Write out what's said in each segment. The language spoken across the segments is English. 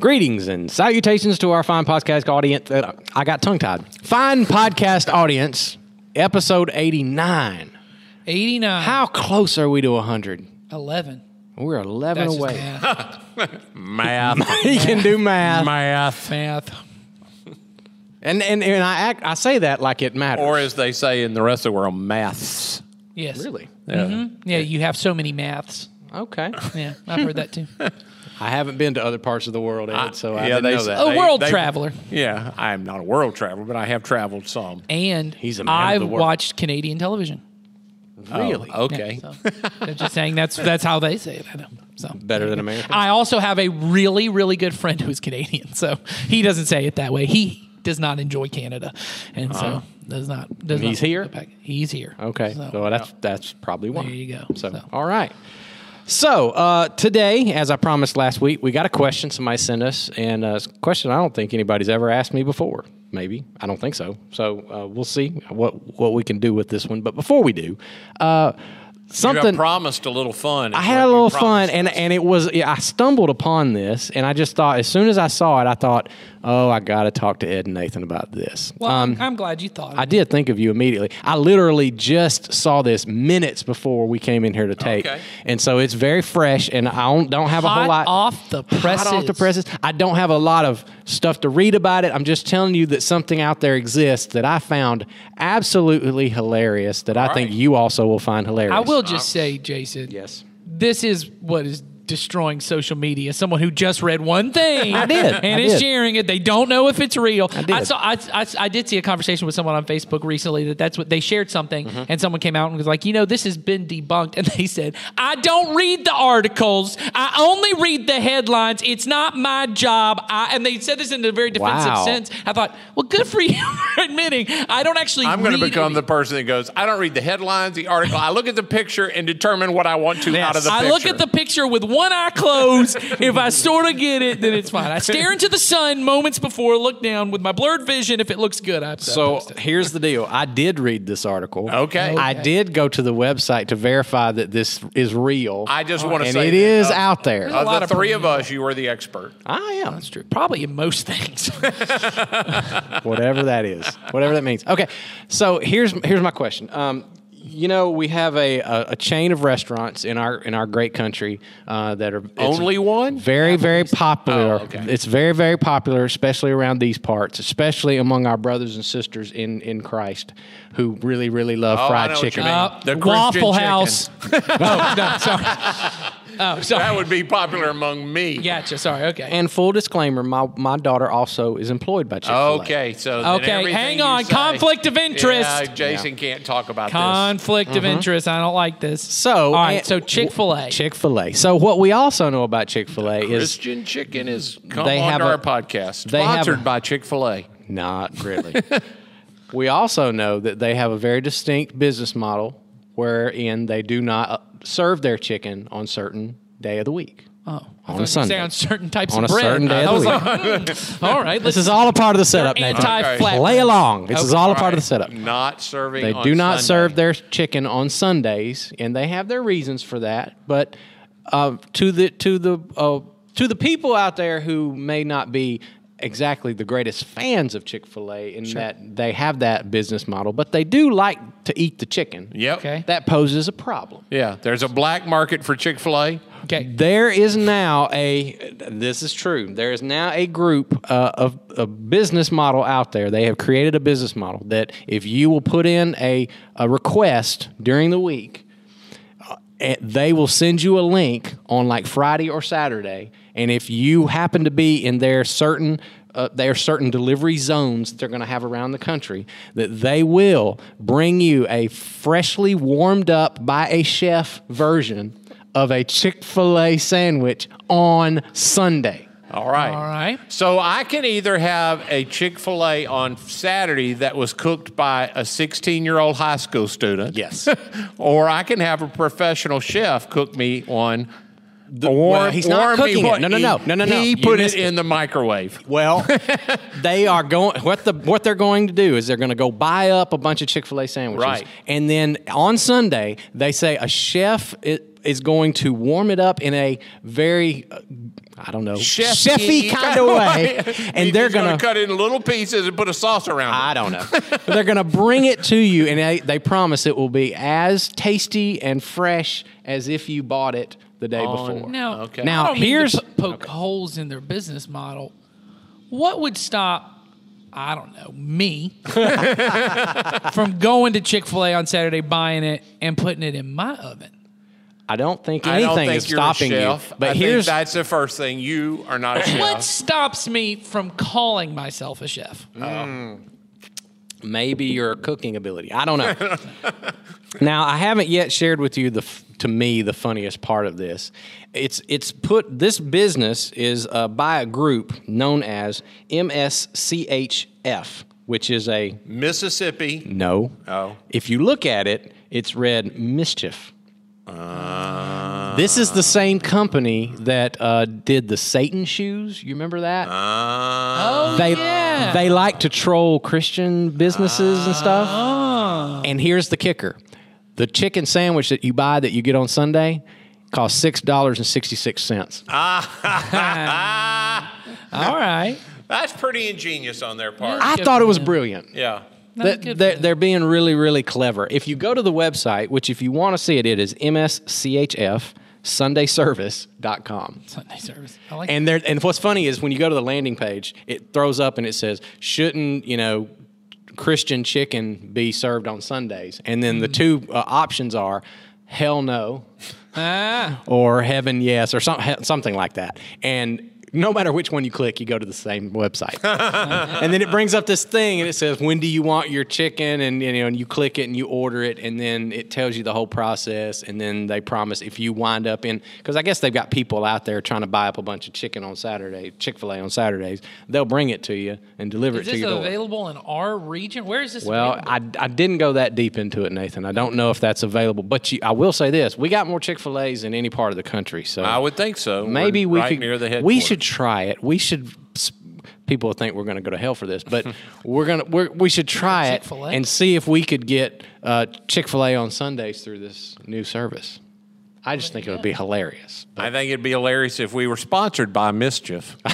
Greetings and salutations to our fine podcast audience. uh, I got tongue tied. Fine podcast audience, episode 89. 89. How close are we to 100? 11. We're 11 That's just away. math. Math. He can do math. Math. math. And, and, and I, act, I say that like it matters. Or as they say in the rest of the world, maths. Yes. really? Yeah. Yeah, you have so many maths. Okay. Yeah, I've heard that too. I haven't been to other parts of the world, Ed, so I yeah, didn't they know s- that. A They- world they- traveler. Yeah, I am not a world traveler, but I have traveled some. And He's a man of I've the world. watched Canadian television. really? Oh, Yeah, okay. so I'm just saying that's that's how they say it. I know. So Better than America? I also have a really, really good friend who's Canadian, so he doesn't say it that way. He does not enjoy Canada, and so does not. Does Uh-huh. He's not here? go back. He's here. Okay. So, So, that's that's probably why. There you go. So, So. all right. So uh, today, as I promised last week, we got a question somebody sent us, and uh, it's a question I don't think anybody's ever asked me before. Maybe I don't think so. So uh, we'll see what what we can do with this one. But before we do, uh, You something got promised a little fun. I had a little fun, and and it was yeah, I stumbled upon this, and I just thought as soon as I saw it, I thought, oh, I got to talk to Ed and Nathan about this. well, I'm glad you thought. um, I did think of you immediately. I literally just saw this minutes before we came in here to tape, Okay. and so it's very fresh. And I don't, don't have a Hot whole lot off the presses. Hot off the presses. I don't have a lot of stuff to read about it. I'm just telling you that something out there exists that I found absolutely hilarious. That I think right. you also will find hilarious. I will just say, Jason. Yes. this is what is destroying social media. Someone who just read one thing, I did. and I is did. sharing it. They don't know if it's real. I did. saw. I, I, I did see a conversation with someone on Facebook recently that that's what they shared something, and someone came out and was like, you know, this has been debunked, and they said, I don't read the articles. I only read the headlines. It's not my job. I, and they said this in a very defensive Wow. sense. I thought, well, good for you for admitting I don't actually. I'm going to read become any- the person that goes, I don't read the headlines, the article. I look at the picture and determine what I want to out of the I picture. look at the picture with one eye closed. if I sort of get it, then it's fine. I stare into the sun moments before, look down with my blurred vision. If it looks good, I So here's the deal. I did read this article. Okay. I did go to the website to verify that this is real. I just want to and say it that uh, is of- out there. a lot Of the of three of us, you were the expert. I am. true. Probably in most things. whatever that is, whatever that means. Okay, so here's here's my question. Um, you know, we have a, a, a chain of restaurants in our in our great country uh, that are it's Only one? very very popular. Oh, okay. It's very very popular, especially around these parts, especially among our brothers and sisters in in Christ who really really love Oh, I fried know what you chicken. mean. Uh, The Christian Waffle chicken. House. oh, no, sorry. Oh, That sorry. would be popular among me. Gotcha. Sorry. Okay. And full disclaimer, my, my daughter also is employed by Chick Fil A. Okay, so then Okay, everything hang you on. say- Conflict of interest. Yeah, Jason can't talk about this. Conflict of interest. I don't like this. Mm-hmm. So all right. and- So Chick Fil A. Chick Fil A. So what we also know about Chick Fil A is Christian Chicken is come They on have to a- our podcast, they have sponsored a- by Chick Fil A. Not really. we also know that they have a very distinct business model wherein they do not uh, serve their chicken on certain day of the week. Oh, I On a thought you Sunday. Say on certain types On of a bread. certain day of the I was week. like, hmm, all right. This is all a part of the setup. Nathan. anti-flat. Play along. This is all a part of the setup. Not serving. They on do not Sunday. serve their chicken on Sundays, and they have their reasons for that. But uh, to the to the uh, to the people out there who may not be exactly the greatest fans of Chick Fil A, in that they have that business model, but they do like to eat the chicken. Yep. Okay. that poses a problem. Yeah, there's a black market for Chick Fil A. okay. There is now a this is true. There is now a group uh, of a business model out there. They have created a business model that if you will put in a, a request during the week, uh, eh, they will send you a link on like Friday or Saturday, and if you happen to be in their certain uh, there are certain delivery zones that they're going to have around the country that they will bring you a freshly warmed up by a chef version of a Chick fil A sandwich on Sunday. All right. All right. So I can either have a Chick Fil A on Saturday that was cooked by a 16 year old high school student. Yes. or I can have a professional chef cook me one. The, warm, well, he's not warm me cooking it. one. No, no, no. He- No, no, no. He You put it missed it. in the microwave. Well, they are going. What the what they're going to do is they're going to go buy up a bunch of Chick Fil A sandwiches, Right. And then on Sunday they say a chef i- is going to warm it up in a very, uh, I don't know, Chef-y chefy kind of way, and they're E. He's gonna gonna. cut it in little pieces and put a sauce around it. I don't know. But they're going to bring it to you, and they, they promise it will be as tasty and fresh as if you bought it the day before. Now, Okay. Now, I don't mean to here's- po- poke holes in their business model. What would stop? I don't know me from going to Chick Fil A on Saturday, buying it, and putting it in my oven. I don't think I anything don't think is you're stopping a chef. you. But I here's think that's the first thing. You are not a chef. What stops me from calling myself a chef? maybe your cooking ability. I don't know. now, I haven't yet shared with you the f- to me the funniest part of this. It's it's put this business is uh, by a group known as MSCHF, which is a Mississippi. no. Oh. If you look at it, it's read mischief. This is the same company that uh, did the Satan shoes. You remember that? Uh, Oh, they yeah. they like to troll Christian businesses and stuff. Ah. And here's the kicker: the chicken sandwich that you buy that you get on Sunday costs six dollars and sixty six cents. Ah, all right. That's pretty ingenious on their part. I good thought it for was them. brilliant. yeah. That- good for they're, them. they're being really, really clever. If you go to the website, which if you want to see it, it is mschfsundayservice.com. Sunday service. I like. And there, and what's funny is when you go to the landing page, it throws up and it says, "Shouldn't you know Christian chicken be served on Sundays?" And then the two uh, options are, "Hell no," ah, or "Heaven yes," or some, he- something like that. And no matter which one you click, you go to the same website, and then it brings up this thing and it says, "When do you want your chicken?" And you know, and you click it and you order it, and then it tells you the whole process, and then they promise if you wind up in because I guess they've got people out there trying to buy up a bunch of chicken on Saturday, Chick Fil A on Saturdays, they'll bring it to you and deliver is it to this your door. available in our region? Where is this? Well, available? I, I didn't go that deep into it, Nathan. I don't know if that's available, but you, I will say this: we got more Chick Fil A's in any part of the country, so I would think so. maybe We're we right could. near the head. we should try it. We should. s- People think we're going to go to hell for this, but we're gonna we're, we should try it Chick-fil-A? and see if we could get uh, Chick Fil A on Sundays through this new service. I just think it would be hilarious. I think it'd be hilarious if we were sponsored by Mischief.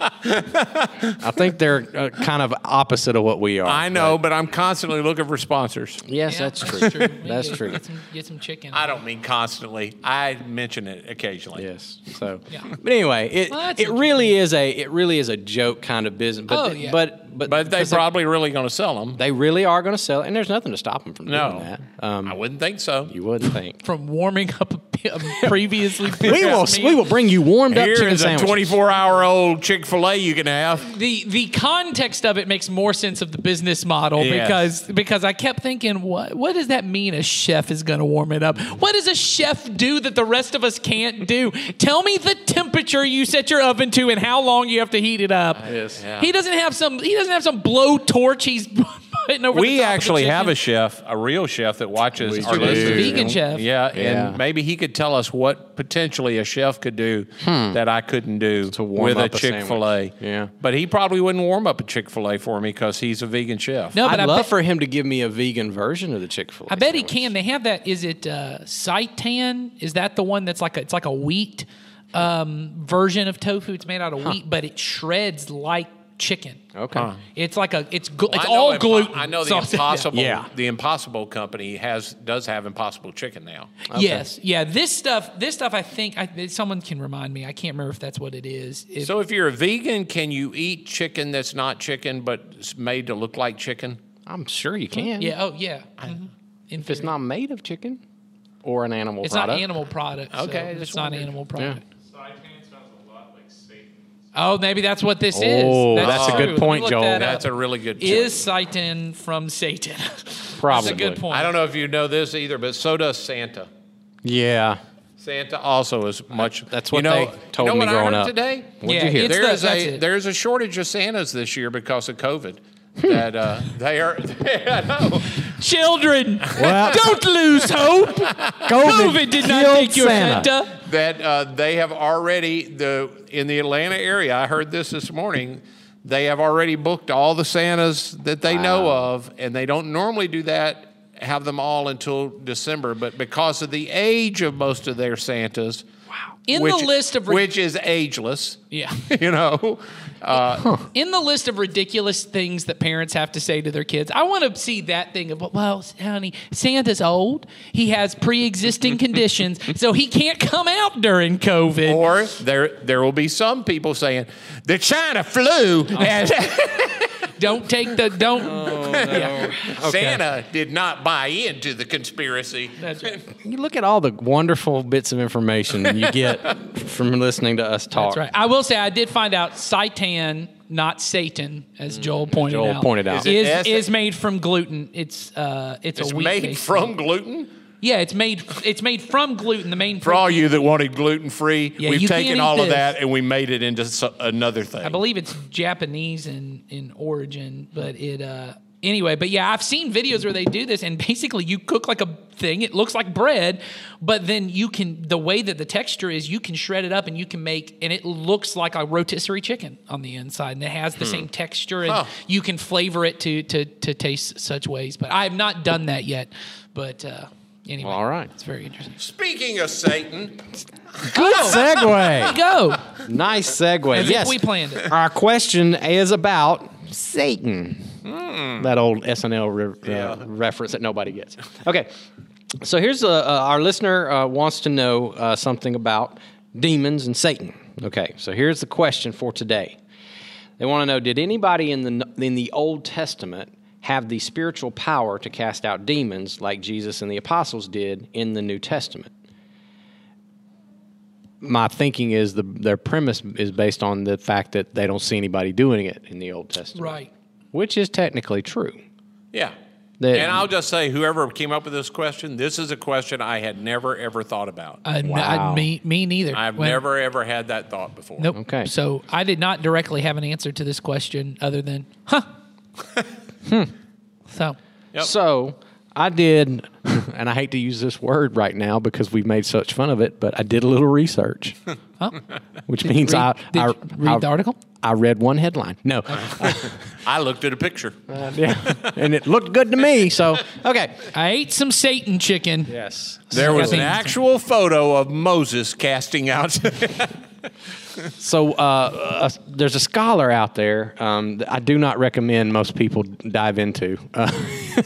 I think they're uh, kind of opposite of what we are. I know, but I'm constantly looking for sponsors. yes, Yeah, that's true. Maybe that's get- true. Get some, get some chicken. I don't mean constantly. I mention it occasionally. Yes. So, Yeah. but anyway, it Well, that's it really is a it really is a joke kind of business. But Oh, th- yeah. but but But they because they, probably really going to sell them. they really are going to sell, it, and there's nothing to stop them from No. doing that. Um, I wouldn't think so. you wouldn't think. from warming up a, p- a previously. we will prepared we meal. will bring you warmed up Here chicken is a sandwiches. 24 hour old Chick fil A you can have. The the context of it makes more sense of the business model Yes. because because I kept thinking what what does that mean a chef is going to warm it up? What does a chef do that the rest of us can't do? Tell me the temperature you set your oven to and how long you have to heat it up. Yes. Yeah. He doesn't have some he doesn't have some blowtorch he's putting over. We the top of the actually have a chicken. chef, a real chef that watches our do. listeners. Vegan chef. Yeah, Yeah. and maybe he could tell us what potentially a chef could do that I couldn't do Hmm. warm with up a a Chick fil A. sandwich. Yeah. But he probably wouldn't warm up a Chick fil A for me because he's a vegan chef. no, but I I'd love bet- for him to give me a vegan version of the Chick Fil A. I bet he can. They have that. Is it uh, Seitan? Is that the one that's like a, it's like a wheat um, version of tofu? It's made out of wheat, but it shreds like chicken. Okay. It's like a it's glu- it's Oh. I know all impo- gluten. I know the So- impossible. Yeah. The impossible company has does have impossible chicken now. Yes, yeah. This stuff, this stuff. I think I, someone can remind me. I can't remember if that's what it is. It- So if you're a vegan, can you eat chicken that's not chicken but it's made to look like chicken? I'm sure you can. yeah. Oh yeah. Mhm. In If it's theory. not made of chicken or an animal it's product. not animal product. so Okay, I just it's not wondered. animal Yeah. product. Saipan sounds a lot like Satan. Oh, maybe that's what this is. Oh, that's a true. good Let me point, look Joel. that That's up. a really good point. is Satan from Satan? Probably. That's a good point. I don't know if you know this either, but so does Santa. Yeah. Santa also is much. That's you what know, they told you know me what I growing heard up. Today, What'd Yeah, you hear? it's- there is the- that's a it. there is a shortage of Santas this year because of COVID. that uh, they are. I know. Children, Well- don't lose hope. COVID did not killed take your Santa. Santa. that uh, they have already the in the Atlanta area. I heard this this morning. They have already booked all the Santas that they know of, and they don't normally do that have them all until December, but because of the age of most of their Santas, wow. In the list of re- which is ageless, Yeah. you know, In the list of ridiculous things that parents have to say to their kids, I want to see that thing of, well, honey, Santa's old. He has pre existing conditions, so he can't come out during COVID. or there there will be some people saying the China flu and don't take the, don't. Oh, Santa did not buy into the conspiracy. That's right. You look at all the wonderful bits of information you get from listening to us talk. That's right. I will say I did find out Satan, not Satan, as Joel pointed Mm. Joel out. pointed out. is Is it is, S- made from gluten. It's uh, it's, It's a wheat made based- from gluten. Yeah, it's made it's made from gluten. The main For all you that wanted gluten free, Yeah, you we've can't taken eat all of this. that and we made it into so- another thing. I believe it's Japanese in in origin, but it uh anyway, but yeah, I've seen videos where they do this and basically you cook like a thing, it looks like bread, but then you can the way that the texture is, you can shred it up and you can make and it looks like a rotisserie chicken on the inside and it has Hmm. the same texture and Huh. you can flavor it to to to taste such ways, but I have not done that yet. But uh anyway. All right. It's very interesting. Speaking of Satan, Good segue. Go. nice segue. Oh. As if yes. we planned it. Our question is about Satan. That old SNL re- uh, reference that nobody gets. Okay. So here's a, uh, our listener uh, wants to know uh, something about demons and Satan. Okay. So here's the question for today. They want to know did anybody in the in the Old Testament have the spiritual power to cast out demons like Jesus and the apostles did in the New Testament? My thinking is the their premise is based on the fact that they don't see anybody doing it in the Old Testament, Right. which is technically true. yeah. That- and I'll just say, whoever came up with this question, this is a question I had never ever thought about. I, I- Wow. me, me neither. I've When- never ever had that thought before. Nope. Okay. So I did not directly have an answer to this question other than, huh. Hmm. So, Yep. So I did, and I hate to use this word right now because we've made such fun of it, but I did a little research, huh? which means read, I, did I you read I- the article? I read one headline. No. I looked at a picture. yeah, and it looked good to me. So okay. I ate some Satan chicken. Yes. There was an Nothing. actual photo of Moses casting out. So uh, uh, there's a scholar out there um, that I do not recommend most people dive into, uh,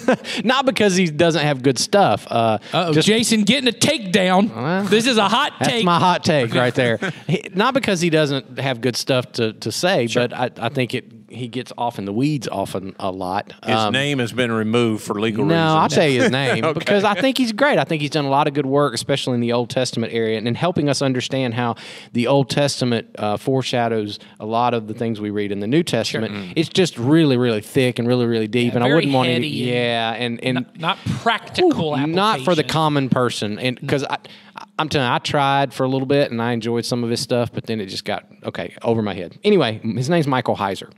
not because he doesn't have good stuff. Uh, Uh-oh, Jason getting a takedown. this is a hot that's take. my hot take right there. He, not because he doesn't have good stuff to, to say, but I, I think it he gets off in the weeds often a lot. His Um, name has been removed for legal No, reasons. I'll tell you his name because I think he's great. I think he's done a lot of good work, especially in the Old Testament area, and in helping us understand how the Old Testament uh, foreshadows a lot of the things we read in the New Testament. It's just really, really thick and really, really deep, and I very wouldn't want to. heady and Yeah, and and Not practical Ooh, Not for the application. common person, and because I, I, I'm telling you, I tried for a little bit and I enjoyed some of his stuff, but then it just got okay over my head. Anyway, his name's Michael Heiser.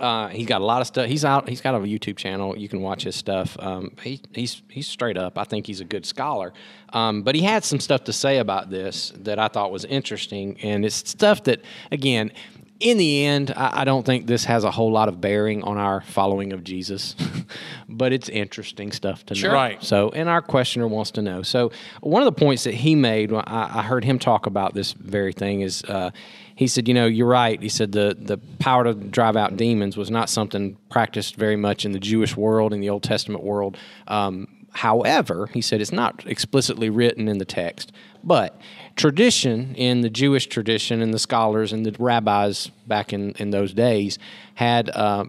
Uh, he's got a lot of stuff. He's out. He's got a YouTube channel. You can watch his stuff. Um, he, he's he's straight up. I think he's a good scholar. Um, but he had some stuff to say about this that I thought was interesting, and it's stuff that again. In the end, I, I don't think this has a whole lot of bearing on our following of Jesus, but it's interesting stuff to know. Right. So, and our questioner wants to know. So, one of the points that he made, when I, I heard him talk about this very thing, is uh, he said, you know, you're right. He said the the power to drive out demons was not something practiced very much in the Jewish world, in the Old Testament world. Um, however, he said it's not explicitly written in the text, but tradition in the Jewish tradition and the scholars and the rabbis back in, in those days had uh,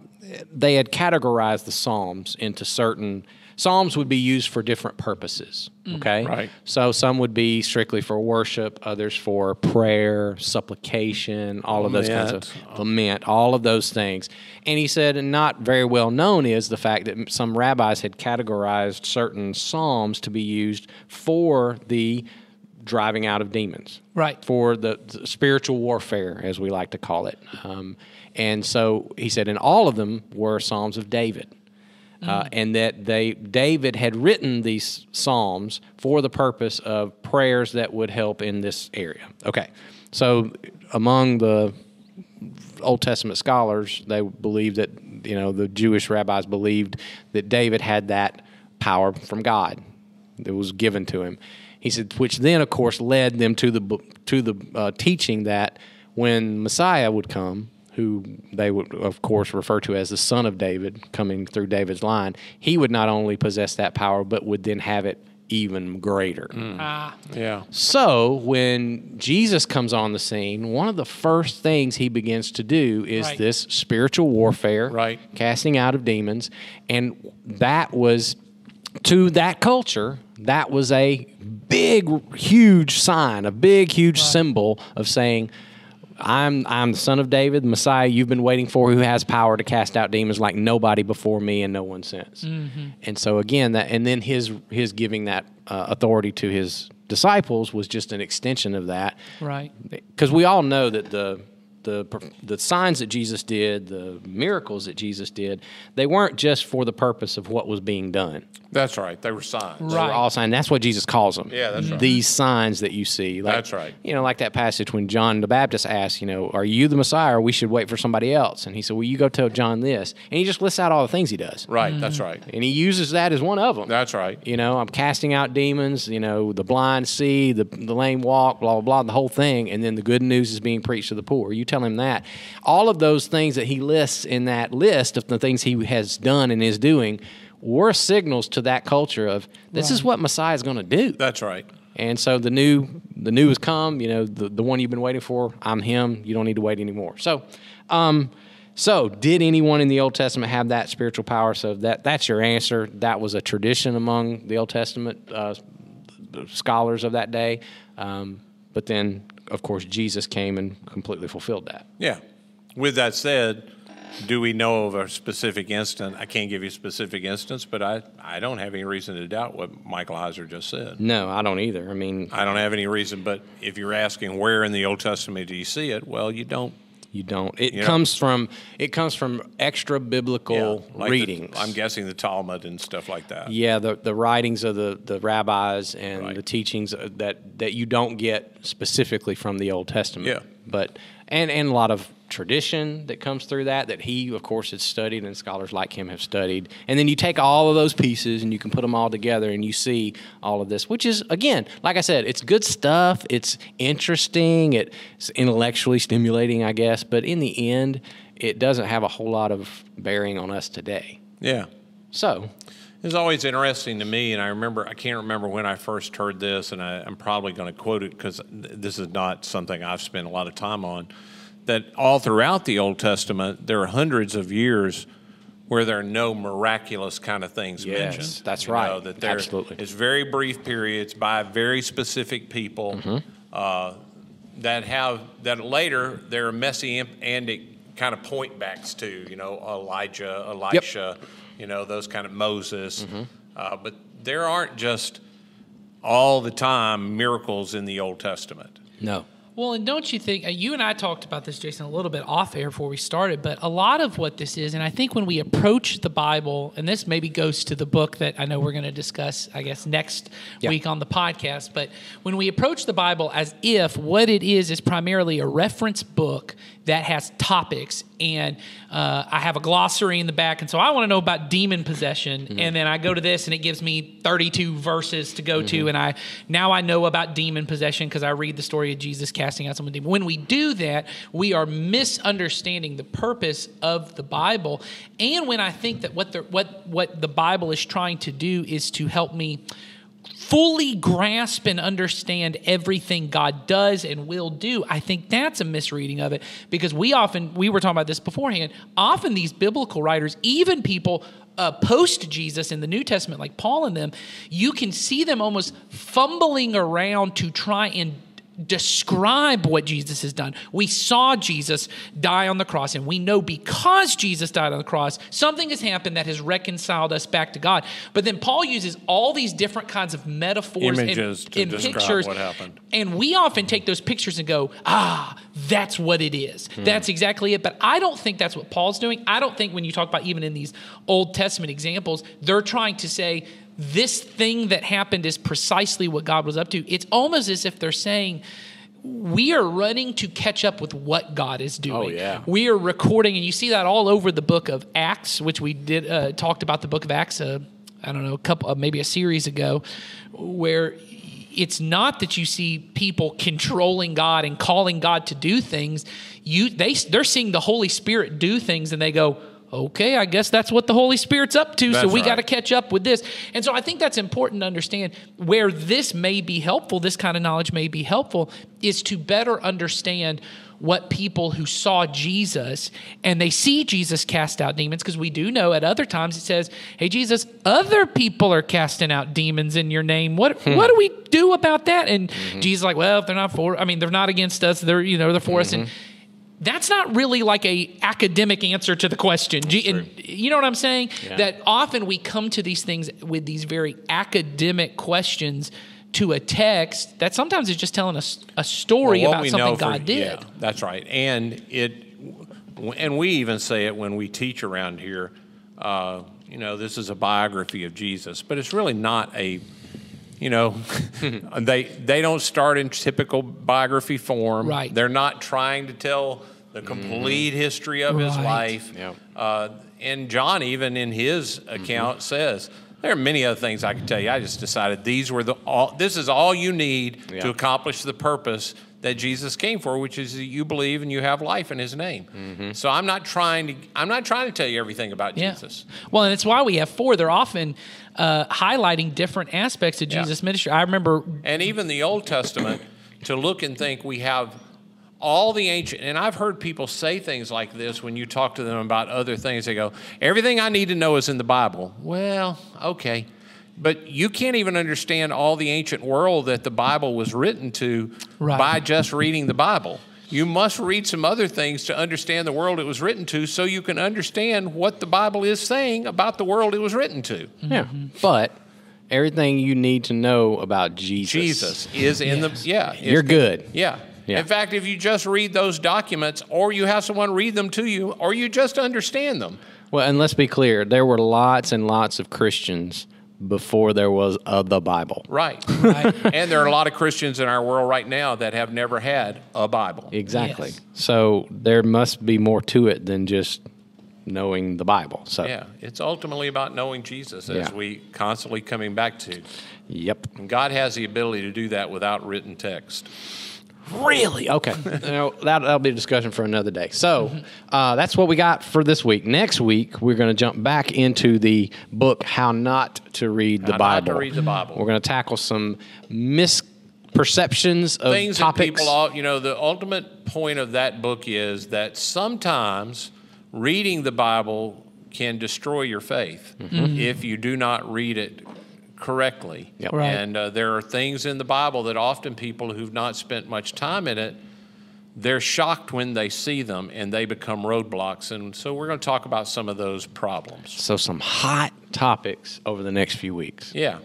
they had categorized the Psalms into certain Psalms would be used for different purposes. Okay. Right. So some would be strictly for worship, others for prayer, supplication, all of those kinds Lament. of lament, all of those things. And he said, and not very well known is the fact that some rabbis had categorized certain psalms to be used for the driving out of demons, Right. For the the spiritual warfare, as we like to call it. Um, and so he said, and all of them were psalms of David. Uh, and that they David had written these psalms for the purpose of prayers that would help in this area. Okay, so among the Old Testament scholars, they believe that you know the Jewish rabbis believed that David had that power from God that was given to him. He said, which then, of course, led them to the bo- to the uh, teaching that when Messiah would come, who they would, of course, refer to as the Son of David, coming through David's line, he would not only possess that power, but would then have it even greater. Ah, Yeah. So when Jesus comes on the scene, one of the first things he begins to do is Right. this spiritual warfare, Right. Casting out of demons, and that was to that culture. That was a big, huge sign, a big, huge symbol of saying, "I'm I'm the Son of David, the Messiah you've been waiting for, who has power to cast out demons like nobody before me and no one since." And so again, that and then his his giving that uh, authority to his disciples was just an extension of that Right. because we all know that the the the signs that Jesus did, the miracles that Jesus did, they weren't just for the purpose of what was being done. That's right. They were signs. They Right. were all signs. That's what Jesus calls them. Yeah, that's right. These signs that you see. Like, That's right. You know, like that passage when John the Baptist asked, you know, are you the Messiah or we should wait for somebody else? And he said, well, you go tell John this. And he just lists out all the things he does. Right. That's Mm. right. And he uses that as one of them. That's right. You know, I'm casting out demons, you know, the blind see, the, the lame walk, blah, blah, blah, the whole thing. And then the good news is being preached to the poor. You tell him that. All of those things that he lists in that list of the things he has done and is doing were signals to that culture of this is what Messiah is going to do. That's right. And so the new the new has come. You know, the, the one you've been waiting for. I'm him. You don't need to wait anymore. So, um, so did anyone in the Old Testament have that spiritual power? So that that's your answer. That was a tradition among the Old Testament uh, scholars of that day. Um, but then, of course, Jesus came and completely fulfilled that. Yeah. With that said, do we know of a specific instance? I can't give you a specific instance, but I, I don't have any reason to doubt what Michael Heiser just said. No, I don't either. I mean, I don't have any reason, but if you're asking where in the Old Testament do you see it, well, you don't. you don't. It You know- comes from it comes from extra biblical like the- readings. I'm guessing the Talmud and stuff like that. Yeah, the, the writings of the, the rabbis and Right. the teachings uh, that, that you don't get specifically from the Old Testament. Yeah. But and, and a lot of tradition that comes through that that he of course has studied and scholars like him have studied. And then you take all of those pieces and you can put them all together and you see all of this, which is again, like I said, it's good stuff, it's interesting, it's intellectually stimulating, I guess, but in the end it doesn't have a whole lot of bearing on us today. Yeah. So It's always interesting to me, and I remember I can't remember when I first heard this, and I, I'm probably going to quote it because this is not something I've spent a lot of time on. That all throughout the Old Testament, there are hundreds of years where there are no miraculous kind of things Yes, mentioned. that's You right. know, that there, Absolutely. it's very brief periods by very specific people Mm-hmm. uh, that have that later there are messianic kind of point backs to you know Elijah, Elisha, you know those kind of Moses. Uh, but there aren't just all the time miracles in the Old Testament. no. Well, and don't you think uh, you and I talked about this, Jason, a little bit off air before we started, but a lot of what this is, and I think when we approach the Bible, and this maybe goes to the book that I know we're going to discuss, I guess, next Yeah. week on the podcast, but when we approach the Bible as if what it is is primarily a reference book that has topics, and uh, I have a glossary in the back, and so I want to know about demon possession, and then I go to this, and it gives me 32 verses to go to, and I now I know about demon possession because I read the story of Jesus casting out someone demon. When we do that, we are misunderstanding the purpose of the Bible. And when I think that what the what what the Bible is trying to do is to help me fully grasp and understand everything God does and will do, I think that's a misreading of it because we often, we were talking about this beforehand, often these biblical writers, even people uh, post Jesus in the New Testament, like Paul and them, you can see them almost fumbling around to try and describe what Jesus has done. We saw Jesus die on the cross, and we know because Jesus died on the cross, something has happened that has reconciled us back to God. But then Paul uses all these different kinds of metaphors Images and, to and describe pictures. what happened. And we often take those pictures and go, ah, that's what it is. That's exactly it. But I don't think that's what Paul's doing. I don't think when you talk about even in these Old Testament examples, they're trying to say this thing that happened is precisely what God was up to. It's almost as if they're saying, we are running to catch up with what God is doing. yeah. We are recording, and you see that all over the book of Acts, which we did uh, talked about the book of Acts uh, I don't know, a couple, uh, maybe a series ago, where it's not that you see people controlling God and calling God to do things. You they they're seeing the Holy Spirit do things, and they go. Okay, I guess that's what the Holy Spirit's up to. so That's we right. got to catch up with this. And so I think that's important to understand where this may be helpful, this kind of knowledge may be helpful, is to better understand what people who saw Jesus and they see Jesus cast out demons, because we do know at other times it says, Hey Jesus, other people are casting out demons in your name. What Hmm. what do we do about that? And Mm-hmm. Jesus is like, Well, if they're not for I mean, they're not against us, they're you know, they're for us. And that's not really like a academic answer to the question. Gee, and you know what I'm saying? That often we come to these things with these very academic questions to a text that sometimes is just telling us a story Well, what about we something know for- God did. yeah, that's right. And it, and we even say it when we teach around here. Uh, you know, this is a biography of Jesus, but it's really not a. You know, they they don't start in typical biography form. Right. Mm-hmm. They're not trying to tell the complete history of his Right. life. Yep. Uh, and John, even in his account, says there are many other things I could tell you. I just decided these were the all. This is all you need Yeah. to accomplish the purpose that Jesus came for, which is that you believe and you have life in His name. So I'm not trying to. I'm not trying to tell you everything about Yeah. Jesus. Well, and it's why we have four. They're often uh, highlighting different aspects of Yeah. Jesus' ministry. I remember and even the Old Testament to look and think we have all the ancient. And I've heard people say things like this when you talk to them about other things. They go, "Everything I need to know is in the Bible." Well, okay, but you can't even understand all the ancient world that the Bible was written to Right. by just reading the Bible. You must read some other things to understand the world it was written to so you can understand what the Bible is saying about the world it was written to. Yeah. Mm-hmm. But everything you need to know about Jesus, Jesus is in the yeah. is you're good. Yeah. Yeah. In fact, if you just read those documents, or you have someone read them to you, or you just understand them, Well, and let's be clear, there were lots and lots of Christians before there was uh, the Bible. right? Right. and there are a lot of Christians in our world right now that have never had a Bible. Exactly. Yes. So there must be more to it than just knowing the Bible. So, Yeah, it's ultimately about knowing Jesus, as Yeah. we constantly coming back to. yep. And God has the ability to do that without written text. Really? Okay. now, that, that'll be a discussion for another day. So uh, that's what we got for this week. Next week, we're going to jump back into the book, How Not to Read the How Not to Bible. Read the Bible. We're going to tackle some misperceptions of things topics. that people all you know the ultimate point of that book is that sometimes reading the bible can destroy your faith if you do not read it correctly Mm-hmm. Yep. Right. and uh, there are things in the bible that often people who've not spent much time in it they're shocked when they see them and they become roadblocks and so we're going to talk about some of those problems so, some hot topics over the next few weeks. yeah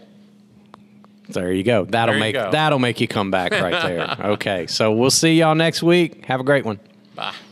There you go. That'll There you make go. that'll make you come back right there. okay. So we'll see y'all next week. Have a great one. bye